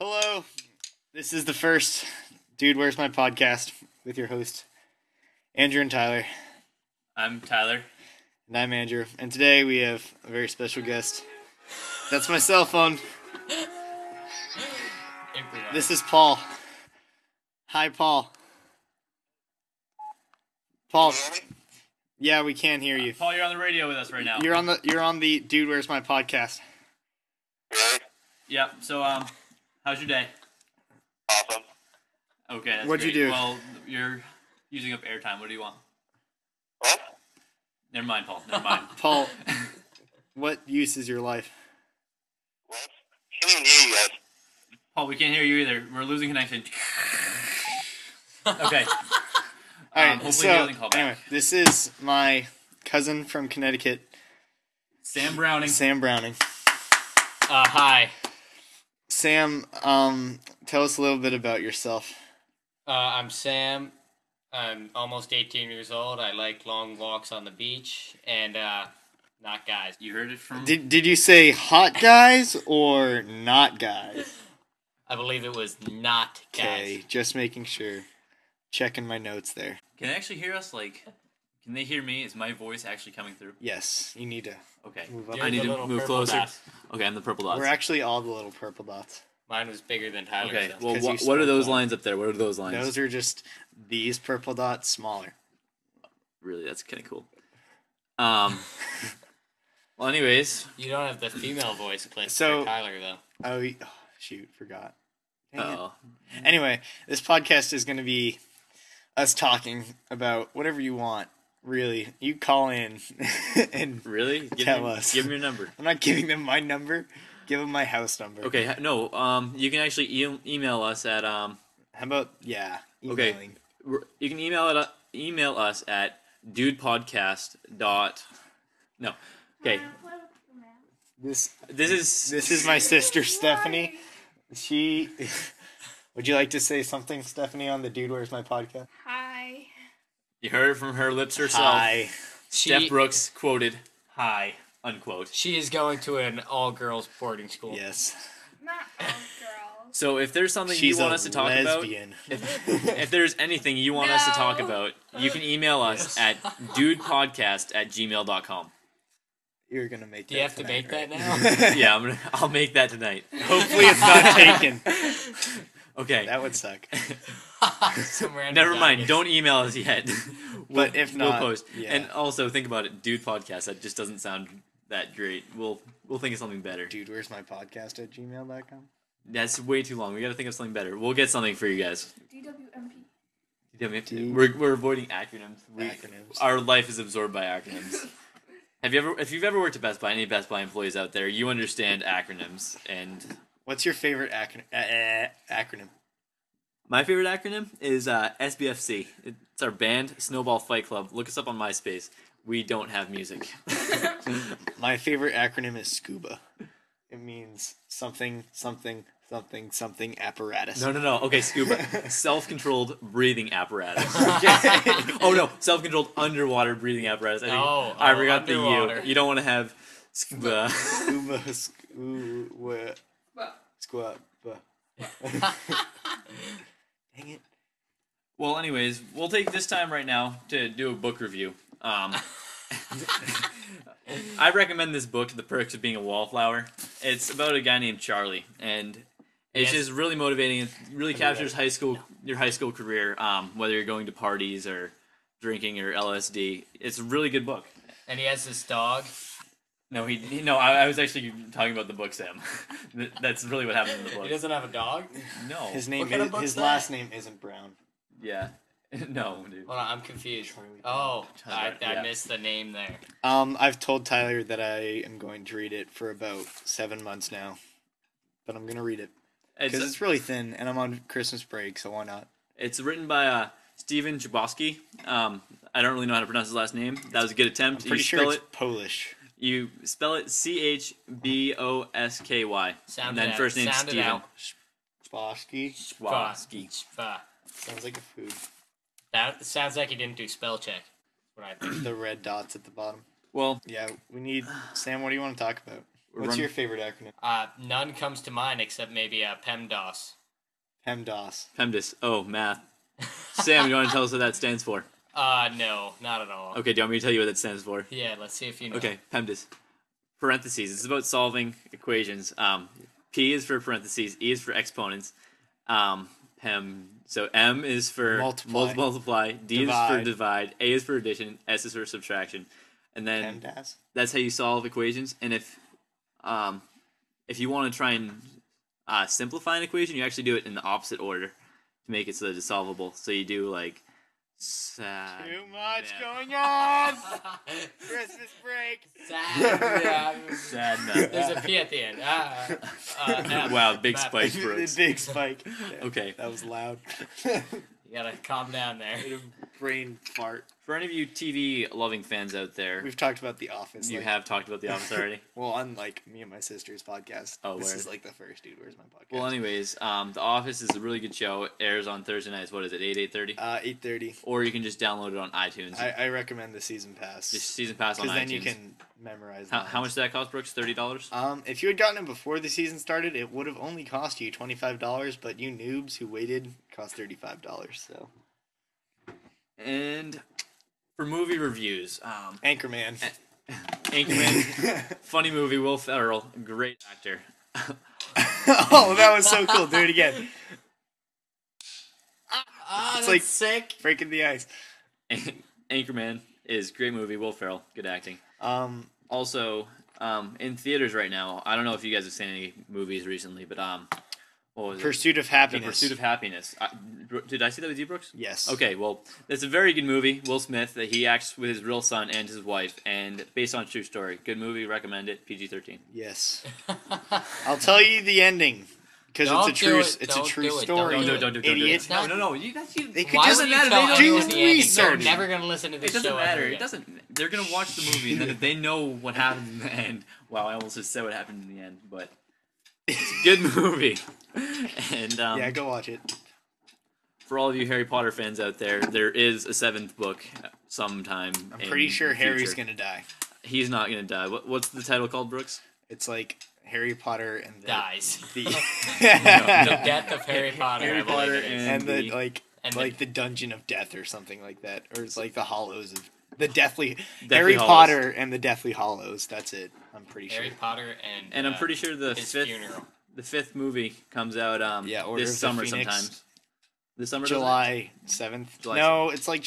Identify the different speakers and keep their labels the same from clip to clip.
Speaker 1: Hello. This is the first Dude Where's My Podcast with your host, Andrew and Tyler.
Speaker 2: I'm Tyler.
Speaker 1: And I'm Andrew. And today we have a very special guest. That's my cell phone.
Speaker 2: Everyone.
Speaker 1: This is Paul. Hi, Paul. Paul. Yeah, we can hear you.
Speaker 2: Paul, you're on the radio with us right now.
Speaker 1: You're on the you're on the Dude Where's My Podcast.
Speaker 3: Really?
Speaker 2: Yep. So, um, how's your day?
Speaker 3: Awesome.
Speaker 2: Okay. That's
Speaker 1: What'd you
Speaker 2: great.
Speaker 1: do?
Speaker 2: Well, you're using up airtime. What do you want?
Speaker 3: What?
Speaker 2: Never mind, Paul. Never mind.
Speaker 1: Paul, what use is your life?
Speaker 3: What? Can you hear you guys?
Speaker 2: Paul, we can't hear you either. We're losing connection. okay.
Speaker 1: All right,
Speaker 2: Um, hopefully he
Speaker 1: so
Speaker 2: doesn't call back.
Speaker 1: anyway, this is my cousin from Connecticut,
Speaker 2: Sam Browning.
Speaker 1: Sam Browning.
Speaker 2: Uh, hi.
Speaker 1: Sam, um, tell us a little bit about yourself.
Speaker 4: Uh, I'm Sam. I'm almost 18 years old. I like long walks on the beach and uh, not guys.
Speaker 2: You heard it from.
Speaker 1: Did did you say hot guys or not guys?
Speaker 4: I believe it was not guys.
Speaker 1: Okay, just making sure. Checking my notes there.
Speaker 2: can they actually hear us? Like, can they hear me? Is my voice actually coming through?
Speaker 1: Yes, you need to.
Speaker 2: Okay.
Speaker 1: Move up.
Speaker 4: You're
Speaker 2: I need
Speaker 4: the
Speaker 2: to
Speaker 4: little
Speaker 2: move
Speaker 4: purple
Speaker 2: closer.
Speaker 4: dots.
Speaker 2: Okay, I'm the purple dots.
Speaker 1: We're actually all the little purple dots.
Speaker 4: Mine was bigger than Tyler's.
Speaker 2: okay.
Speaker 4: though.
Speaker 2: Well,
Speaker 1: 'cause
Speaker 2: wha-
Speaker 1: you
Speaker 2: what are
Speaker 1: spoke
Speaker 2: those
Speaker 1: loud.
Speaker 2: lines up there? What are those lines?
Speaker 1: Those are just these purple dots smaller.
Speaker 2: really, that's kind of cool. Um. well, anyways,
Speaker 4: you don't have the female voice clip
Speaker 1: So-
Speaker 4: for Tyler though.
Speaker 1: Oh, y- oh, shoot, forgot. Dang it.
Speaker 2: uh-oh.
Speaker 1: Anyway, this podcast is going to be us talking about whatever you want. Really, you call in and
Speaker 2: Really? Give
Speaker 1: Tell
Speaker 2: me,
Speaker 1: us.
Speaker 2: Give me your number.
Speaker 1: I'm not giving them my number. Give them my house number.
Speaker 2: Okay. ha- No. Um. You can actually e- email us at um.
Speaker 1: How about yeah?
Speaker 2: Okay.
Speaker 1: Emailing.
Speaker 2: r- You can email it. u- Email us at dudepodcast dot. No. Okay.
Speaker 1: This
Speaker 2: This is
Speaker 1: this is my sister Stephanie. She. Would you like to say something, Stephanie, on the Dude Where's My podcast?
Speaker 5: Hi.
Speaker 2: You heard it from her lips herself.
Speaker 1: Hi.
Speaker 2: Steph
Speaker 4: She,
Speaker 2: Brooks quoted. Hi. Unquote.
Speaker 4: she is going to an all girls boarding school.
Speaker 1: Yes.
Speaker 5: Not all girls.
Speaker 2: So if there's something
Speaker 1: She's
Speaker 2: you want
Speaker 1: a
Speaker 2: us to talk about,
Speaker 1: lesbian.
Speaker 2: if there's anything you want us to talk
Speaker 5: No.
Speaker 2: about, you can email us at dudepodcast at gmail.com.
Speaker 1: You're gonna make.
Speaker 4: Do you have to make that now?
Speaker 2: Yeah, I'm gonna, I'll make that tonight.
Speaker 1: Hopefully, it's not taken.
Speaker 2: Okay.
Speaker 1: That would suck.
Speaker 4: Some random
Speaker 2: Never
Speaker 4: guy
Speaker 2: mind.
Speaker 4: gets-
Speaker 2: Don't email us yet.
Speaker 1: But if
Speaker 2: we'll
Speaker 1: not,
Speaker 2: post.
Speaker 1: yeah.
Speaker 2: And also think about it, dude. Podcast that just doesn't sound that great. We'll we'll think of something better.
Speaker 1: Dude, where's my podcast at gmail.com?
Speaker 2: That's way too long. We got to think of something better. We'll get something for you guys.
Speaker 5: DWMP.
Speaker 2: Yeah, we have to-
Speaker 1: Dude.
Speaker 2: We're, we're avoiding acronyms. We,
Speaker 1: Acronyms.
Speaker 2: Our life is absorbed by acronyms. have you ever if you've ever worked at Best Buy, any Best Buy employees out there, you understand acronyms. And
Speaker 1: What's your favorite acronym? Uh, uh, acronym.
Speaker 2: my favorite acronym is uh, SBFC. It's our band, Snowball Fight Club. Look us up on MySpace. We don't have music.
Speaker 1: My favorite acronym is SCUBA. It means something, something, something, something apparatus.
Speaker 2: No, no, no. Okay, scuba. Self-controlled breathing apparatus. oh no, self-controlled underwater breathing apparatus. I think
Speaker 4: Oh,
Speaker 2: I
Speaker 4: oh,
Speaker 2: forgot the
Speaker 4: underwater.
Speaker 2: U. You don't want to have scuba.
Speaker 1: SCUBA, scuba, squat, Dang it.
Speaker 2: well, anyways, we'll take this time right now to do a book review. Um, I recommend this book, The Perks of Being a Wallflower. It's about a guy named Charlie, and it's
Speaker 4: Yes.
Speaker 2: just really motivating. It really captures high school your high school career, um, whether you're going to parties or drinking or LSD. It's a really good book.
Speaker 4: And he has this dog.
Speaker 2: No, he, he- no. I, I was actually talking about the book, Sam. Th- That's really what happened in the
Speaker 4: He
Speaker 2: book.
Speaker 4: doesn't have a dog.
Speaker 2: No.
Speaker 1: His name
Speaker 4: What kind of
Speaker 1: is,
Speaker 4: book's
Speaker 1: his
Speaker 4: that?
Speaker 1: last name isn't Brown.
Speaker 2: Yeah. no, dude.
Speaker 4: Hold on, I'm confused.
Speaker 1: Charlie
Speaker 4: Oh, I,
Speaker 2: Tyler, yeah.
Speaker 4: I missed the name there.
Speaker 1: Um, I've told Tyler that I am going to read it for about seven months now, but I'm gonna read it because
Speaker 2: It's
Speaker 1: it's really thin, and I'm on Christmas break, so why not?
Speaker 2: it's written by uh, Stephen Chbosky. Um, I don't really know how to pronounce his last name. That was a good attempt.
Speaker 1: Pretty
Speaker 2: you
Speaker 1: sure
Speaker 2: spell
Speaker 1: it's
Speaker 2: it.
Speaker 1: Polish.
Speaker 2: You spell it C H B O S K Y.
Speaker 4: Sound
Speaker 2: And
Speaker 4: it
Speaker 2: then
Speaker 4: out,
Speaker 2: first name
Speaker 4: sound it
Speaker 2: Stephen
Speaker 4: out.
Speaker 1: Spassky
Speaker 2: Chbosky.
Speaker 4: Fuck.
Speaker 1: sounds like a food.
Speaker 4: That sounds like he didn't do spell check. That's What I think.
Speaker 1: The red dots at the bottom.
Speaker 2: Well,
Speaker 1: Yeah, we need Sam. What do you want to talk about?
Speaker 2: We're
Speaker 1: What's
Speaker 2: run-
Speaker 1: your favorite acronym?
Speaker 4: Uh, none comes to mind except maybe uh, PEMDAS.
Speaker 1: PEMDAS.
Speaker 2: PEMDAS? Oh, math. Sam, you want to tell us what that stands for?
Speaker 4: Uh, no, not at all.
Speaker 2: Okay, do you want me to tell you what that stands for?
Speaker 4: Yeah, let's see if you know.
Speaker 2: Okay, PEMDAS. Parentheses. It's about solving equations. Um, P is for parentheses. E is for exponents. Um, PEM. So M is for
Speaker 1: Multiply.
Speaker 2: mul- multiply. D is for
Speaker 1: Divide.
Speaker 2: divide. A is for addition. S is for subtraction. And then
Speaker 1: PEMDAS.
Speaker 2: that's how you solve equations. And if um, if you want to try and uh, simplify an equation, you actually do it in the opposite order to make it so that it's solvable. So you do like sad
Speaker 1: Too much
Speaker 2: math.
Speaker 1: going on. Christmas break.
Speaker 4: Sad, yeah.
Speaker 2: sad math.
Speaker 4: There's a P at the end. Ah, uh, F.
Speaker 2: Wow, big
Speaker 4: Math.
Speaker 2: spike. Thanks, Brooks.
Speaker 1: the big spike.
Speaker 2: Okay.
Speaker 1: That was loud.
Speaker 4: You gotta calm down there.
Speaker 1: Brain fart.
Speaker 2: For any of you TV loving fans out there,
Speaker 1: We've talked about The Office.
Speaker 2: you
Speaker 1: like-
Speaker 2: have talked about The Office already.
Speaker 1: Well, unlike me and my sister's podcast,
Speaker 2: Oh,
Speaker 1: this
Speaker 2: word.
Speaker 1: is like the first dude. Where's my podcast?
Speaker 2: well, anyways, um, The Office is a really good show. It airs on Thursday nights. What is it, eight eight thirty?
Speaker 1: uh, eight thirty.
Speaker 2: Or you can just download it on iTunes.
Speaker 1: I, I recommend the season pass
Speaker 2: just season pass on
Speaker 1: because then
Speaker 2: iTunes.
Speaker 1: you can memorize.
Speaker 2: how,
Speaker 1: the
Speaker 2: how much
Speaker 1: lines.
Speaker 2: does that cost, Brooks? Thirty dollars.
Speaker 1: Um, if you had gotten it before the season started, it would have only cost you twenty five dollars. But you noobs who waited it cost thirty five dollars. So
Speaker 2: And for movie reviews, um,
Speaker 1: Anchorman.
Speaker 2: Anchorman, funny movie. Will Ferrell, great actor.
Speaker 1: oh, that was so cool. Do it again.
Speaker 4: Ah,
Speaker 1: It's like-
Speaker 4: sick.
Speaker 1: Breaking the ice.
Speaker 2: Anchorman is great movie. Will Ferrell, good acting.
Speaker 1: Um,
Speaker 2: also um, in theaters right now. I don't know if you guys have seen any movies recently, but um, what was it?
Speaker 1: Pursuit of
Speaker 2: The
Speaker 1: Happiness.
Speaker 2: Pursuit of Happiness. I, did I see that with you, Brooks?
Speaker 1: yes.
Speaker 2: Okay, well, it's a very good movie. Will Smith. That he acts with his real son and his wife, and based on a true story. Good movie. Recommend it. PG thirteen.
Speaker 1: Yes. I'll tell you the ending because it's a
Speaker 4: Don't
Speaker 1: true.
Speaker 4: do
Speaker 1: s-
Speaker 4: it.
Speaker 1: It's
Speaker 4: Don't
Speaker 1: a true
Speaker 4: do it.
Speaker 1: story.
Speaker 4: Don't
Speaker 2: No, no, don't do, don't do
Speaker 1: Idiot.
Speaker 2: it. No, no, no. You, that's you.
Speaker 1: They
Speaker 2: It
Speaker 1: could
Speaker 4: Why
Speaker 1: just
Speaker 4: would you
Speaker 1: let it-
Speaker 4: tell
Speaker 1: they
Speaker 4: anyone
Speaker 1: do
Speaker 4: the ending? They're
Speaker 1: research.
Speaker 4: never gonna listen to this
Speaker 2: doesn't
Speaker 4: show
Speaker 2: matter.
Speaker 4: ever
Speaker 2: It
Speaker 4: again.
Speaker 2: doesn't. They're gonna watch the movie, and then if they know what happened in the end. Wow, I almost just said what happened in the end, but it's a good movie. And um,
Speaker 1: Yeah, go watch it.
Speaker 2: for all of you Harry Potter fans out there, there is a seventh book sometime.
Speaker 1: I'm pretty sure Harry's
Speaker 2: gonna.
Speaker 1: gonna die.
Speaker 2: He's not gonna die. What, what's the title called, Brooks?
Speaker 1: It's like Harry Potter and the,
Speaker 4: Dies.
Speaker 1: the
Speaker 4: The death of Harry Potter.
Speaker 2: Harry
Speaker 4: I believe
Speaker 2: Potter
Speaker 4: it is.
Speaker 1: and the
Speaker 2: the-
Speaker 1: like
Speaker 4: and
Speaker 1: like the dungeon of death or something like that, or it's like the hollows of the deathly,
Speaker 2: Deathly
Speaker 1: Harry
Speaker 2: Hollows.
Speaker 1: Potter and the deathly hollows. That's it. I'm pretty
Speaker 4: Harry
Speaker 1: sure.
Speaker 4: Potter and
Speaker 2: And I'm
Speaker 4: uh,
Speaker 2: pretty sure the
Speaker 4: his
Speaker 2: fifth
Speaker 4: funeral.
Speaker 2: the fifth movie comes out um
Speaker 1: Yeah, Order
Speaker 2: this
Speaker 1: of the
Speaker 2: summer
Speaker 1: Phoenix.
Speaker 2: sometime. This summer, doesn't it?
Speaker 1: July seventh.
Speaker 2: July
Speaker 1: no, it's like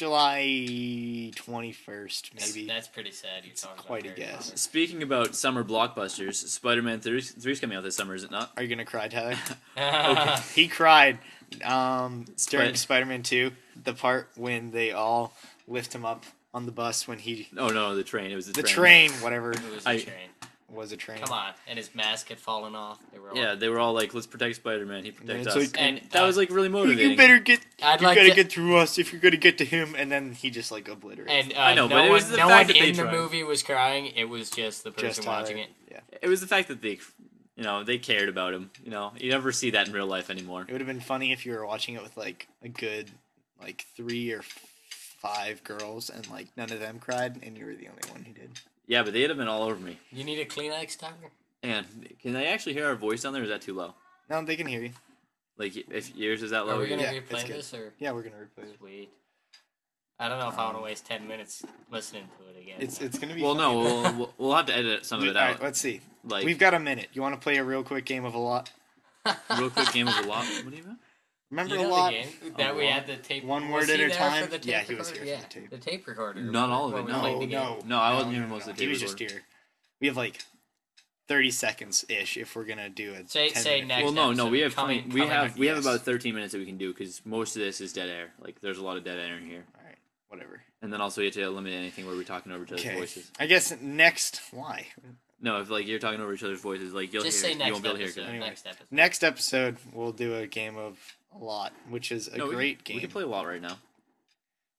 Speaker 1: July twenty first, maybe.
Speaker 4: That's pretty sad. You talking about
Speaker 1: quite a
Speaker 4: Harry
Speaker 1: guess.
Speaker 4: Potter.
Speaker 2: Speaking about summer blockbusters, Spider-Man 3 three's coming out this summer, is it not?
Speaker 1: Are you gonna cry, Tyler? he cried um, during
Speaker 2: But-
Speaker 1: Spider-Man Two. The part when they all lift him up on the bus when he
Speaker 2: Oh no, the train. It was the,
Speaker 1: the train, whatever
Speaker 4: It was
Speaker 2: I-
Speaker 4: a train.
Speaker 1: was a train.
Speaker 4: Come on, and his mask had fallen off. They were all
Speaker 2: Yeah, they were all like, "Let's protect Spider-Man. He protects
Speaker 1: it's
Speaker 2: us."
Speaker 1: like-
Speaker 2: and
Speaker 4: And,
Speaker 2: that
Speaker 4: uh,
Speaker 2: was like really motivating.
Speaker 1: You better get.
Speaker 4: I'd
Speaker 1: you
Speaker 4: like
Speaker 1: gotta
Speaker 4: to-
Speaker 1: get through us if you're gonna get to him, and then he just like obliterates.
Speaker 4: And uh,
Speaker 2: I know,
Speaker 4: no
Speaker 2: but it
Speaker 4: one,
Speaker 2: was the
Speaker 4: no
Speaker 2: fact
Speaker 4: one
Speaker 2: that they
Speaker 4: in the
Speaker 2: tried.
Speaker 4: movie was crying. It was just the person
Speaker 1: just Tyler.
Speaker 4: watching it.
Speaker 1: Yeah,
Speaker 2: It was the fact that they, you know, they cared about him. You know, you never see that in real life anymore.
Speaker 1: it would have been funny if you were watching it with like a good like three or f- five girls, and like none of them cried, and you were the only one who did.
Speaker 2: Yeah, but they'd have been all over me.
Speaker 4: You need a Kleenex, Tyler?
Speaker 2: And can they actually hear our voice down there? Or is that too low?
Speaker 1: No, they can hear you.
Speaker 2: Like, if yours is that
Speaker 4: Are
Speaker 2: low,
Speaker 4: we gonna
Speaker 1: yeah, it's
Speaker 4: replay
Speaker 1: good.
Speaker 4: this or
Speaker 1: Yeah, we're gonna replay it.
Speaker 4: sweet? I don't know if I
Speaker 2: Um,
Speaker 4: want to waste ten minutes listening to it again.
Speaker 1: It's it's gonna be.
Speaker 2: well, no,
Speaker 1: funny,
Speaker 2: we'll, we'll we'll have to edit some
Speaker 1: though.
Speaker 2: of it
Speaker 1: All right,
Speaker 2: out.
Speaker 1: let's see.
Speaker 2: Like,
Speaker 1: We've got a minute. You want to play a real quick game of a lot?
Speaker 2: real quick game of a lot. What do you mean?
Speaker 1: Remember
Speaker 4: you know
Speaker 1: a lot?
Speaker 4: the game that we
Speaker 2: lot.
Speaker 4: had the tape.
Speaker 1: One
Speaker 4: was
Speaker 1: word at
Speaker 4: he
Speaker 1: a
Speaker 4: there
Speaker 1: time?
Speaker 4: For the tape
Speaker 1: Yeah, he was
Speaker 4: recorder?
Speaker 1: here for the
Speaker 4: Yeah,
Speaker 1: tape.
Speaker 4: the tape recorder.
Speaker 2: Not all of
Speaker 4: Well,
Speaker 2: it,
Speaker 4: we
Speaker 2: no.
Speaker 4: played
Speaker 1: No,
Speaker 4: the game.
Speaker 1: no,
Speaker 2: No, I wasn't even most of the
Speaker 1: He
Speaker 2: tape
Speaker 1: was just
Speaker 2: recorder.
Speaker 1: here. We have like thirty seconds ish if we're gonna do it.
Speaker 4: Say- say next.
Speaker 2: Well, no, no, we have
Speaker 4: episode,
Speaker 2: plenty,
Speaker 4: coming-
Speaker 2: we
Speaker 4: coming
Speaker 2: have we have
Speaker 1: yes.
Speaker 2: about 13 minutes that we can do because most of this is dead air. Like, there's a lot of dead air in here,
Speaker 1: All right, whatever.
Speaker 2: and then also you have to eliminate anything where we're talking over each other's
Speaker 1: Okay.
Speaker 2: voices.
Speaker 1: I guess next. Why?
Speaker 2: No, if like you're talking over each other's voices, like you'll
Speaker 4: Just
Speaker 2: hear,
Speaker 4: say
Speaker 2: it,
Speaker 4: next
Speaker 2: you won't be able to hear.
Speaker 4: episode.
Speaker 2: it.
Speaker 1: Anyway.
Speaker 4: Next episode.
Speaker 1: Next episode we'll do a game of a lot, which is a
Speaker 2: No, we-
Speaker 1: great
Speaker 2: We
Speaker 1: game.
Speaker 2: can play a lot right now.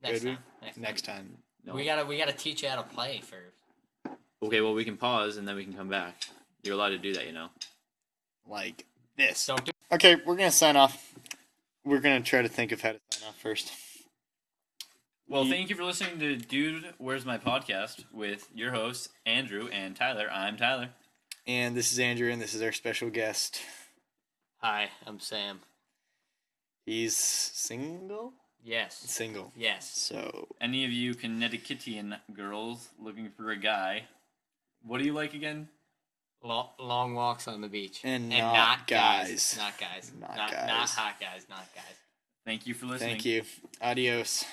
Speaker 4: Next
Speaker 1: Good.
Speaker 4: time. Next. time.
Speaker 1: next time.
Speaker 2: No.
Speaker 4: We gotta we gotta teach you how to play first.
Speaker 2: Okay, well, we can pause and then we can come back. You're allowed to do that, you know.
Speaker 1: Like this.
Speaker 4: Don't do.
Speaker 1: Okay, we're gonna sign off. We're gonna try to think of how to sign off first.
Speaker 2: Well,
Speaker 1: You-
Speaker 2: thank you for listening to Dude, Where's My Podcast with your hosts, Andrew and Tyler. I'm Tyler.
Speaker 1: And this is Andrew, and this is our special guest.
Speaker 4: Hi, I'm Sam.
Speaker 1: He's single?
Speaker 4: Yes.
Speaker 1: Single.
Speaker 4: Yes.
Speaker 1: So,
Speaker 2: Any of you Connecticutian girls looking for a guy? What do you like again?
Speaker 4: Lo- long walks on the beach.
Speaker 1: And not guys.
Speaker 4: Not guys.
Speaker 1: Not
Speaker 4: Not, not
Speaker 1: guys.
Speaker 4: hot guys. Not guys.
Speaker 2: Thank you for listening.
Speaker 1: thank you. Adios.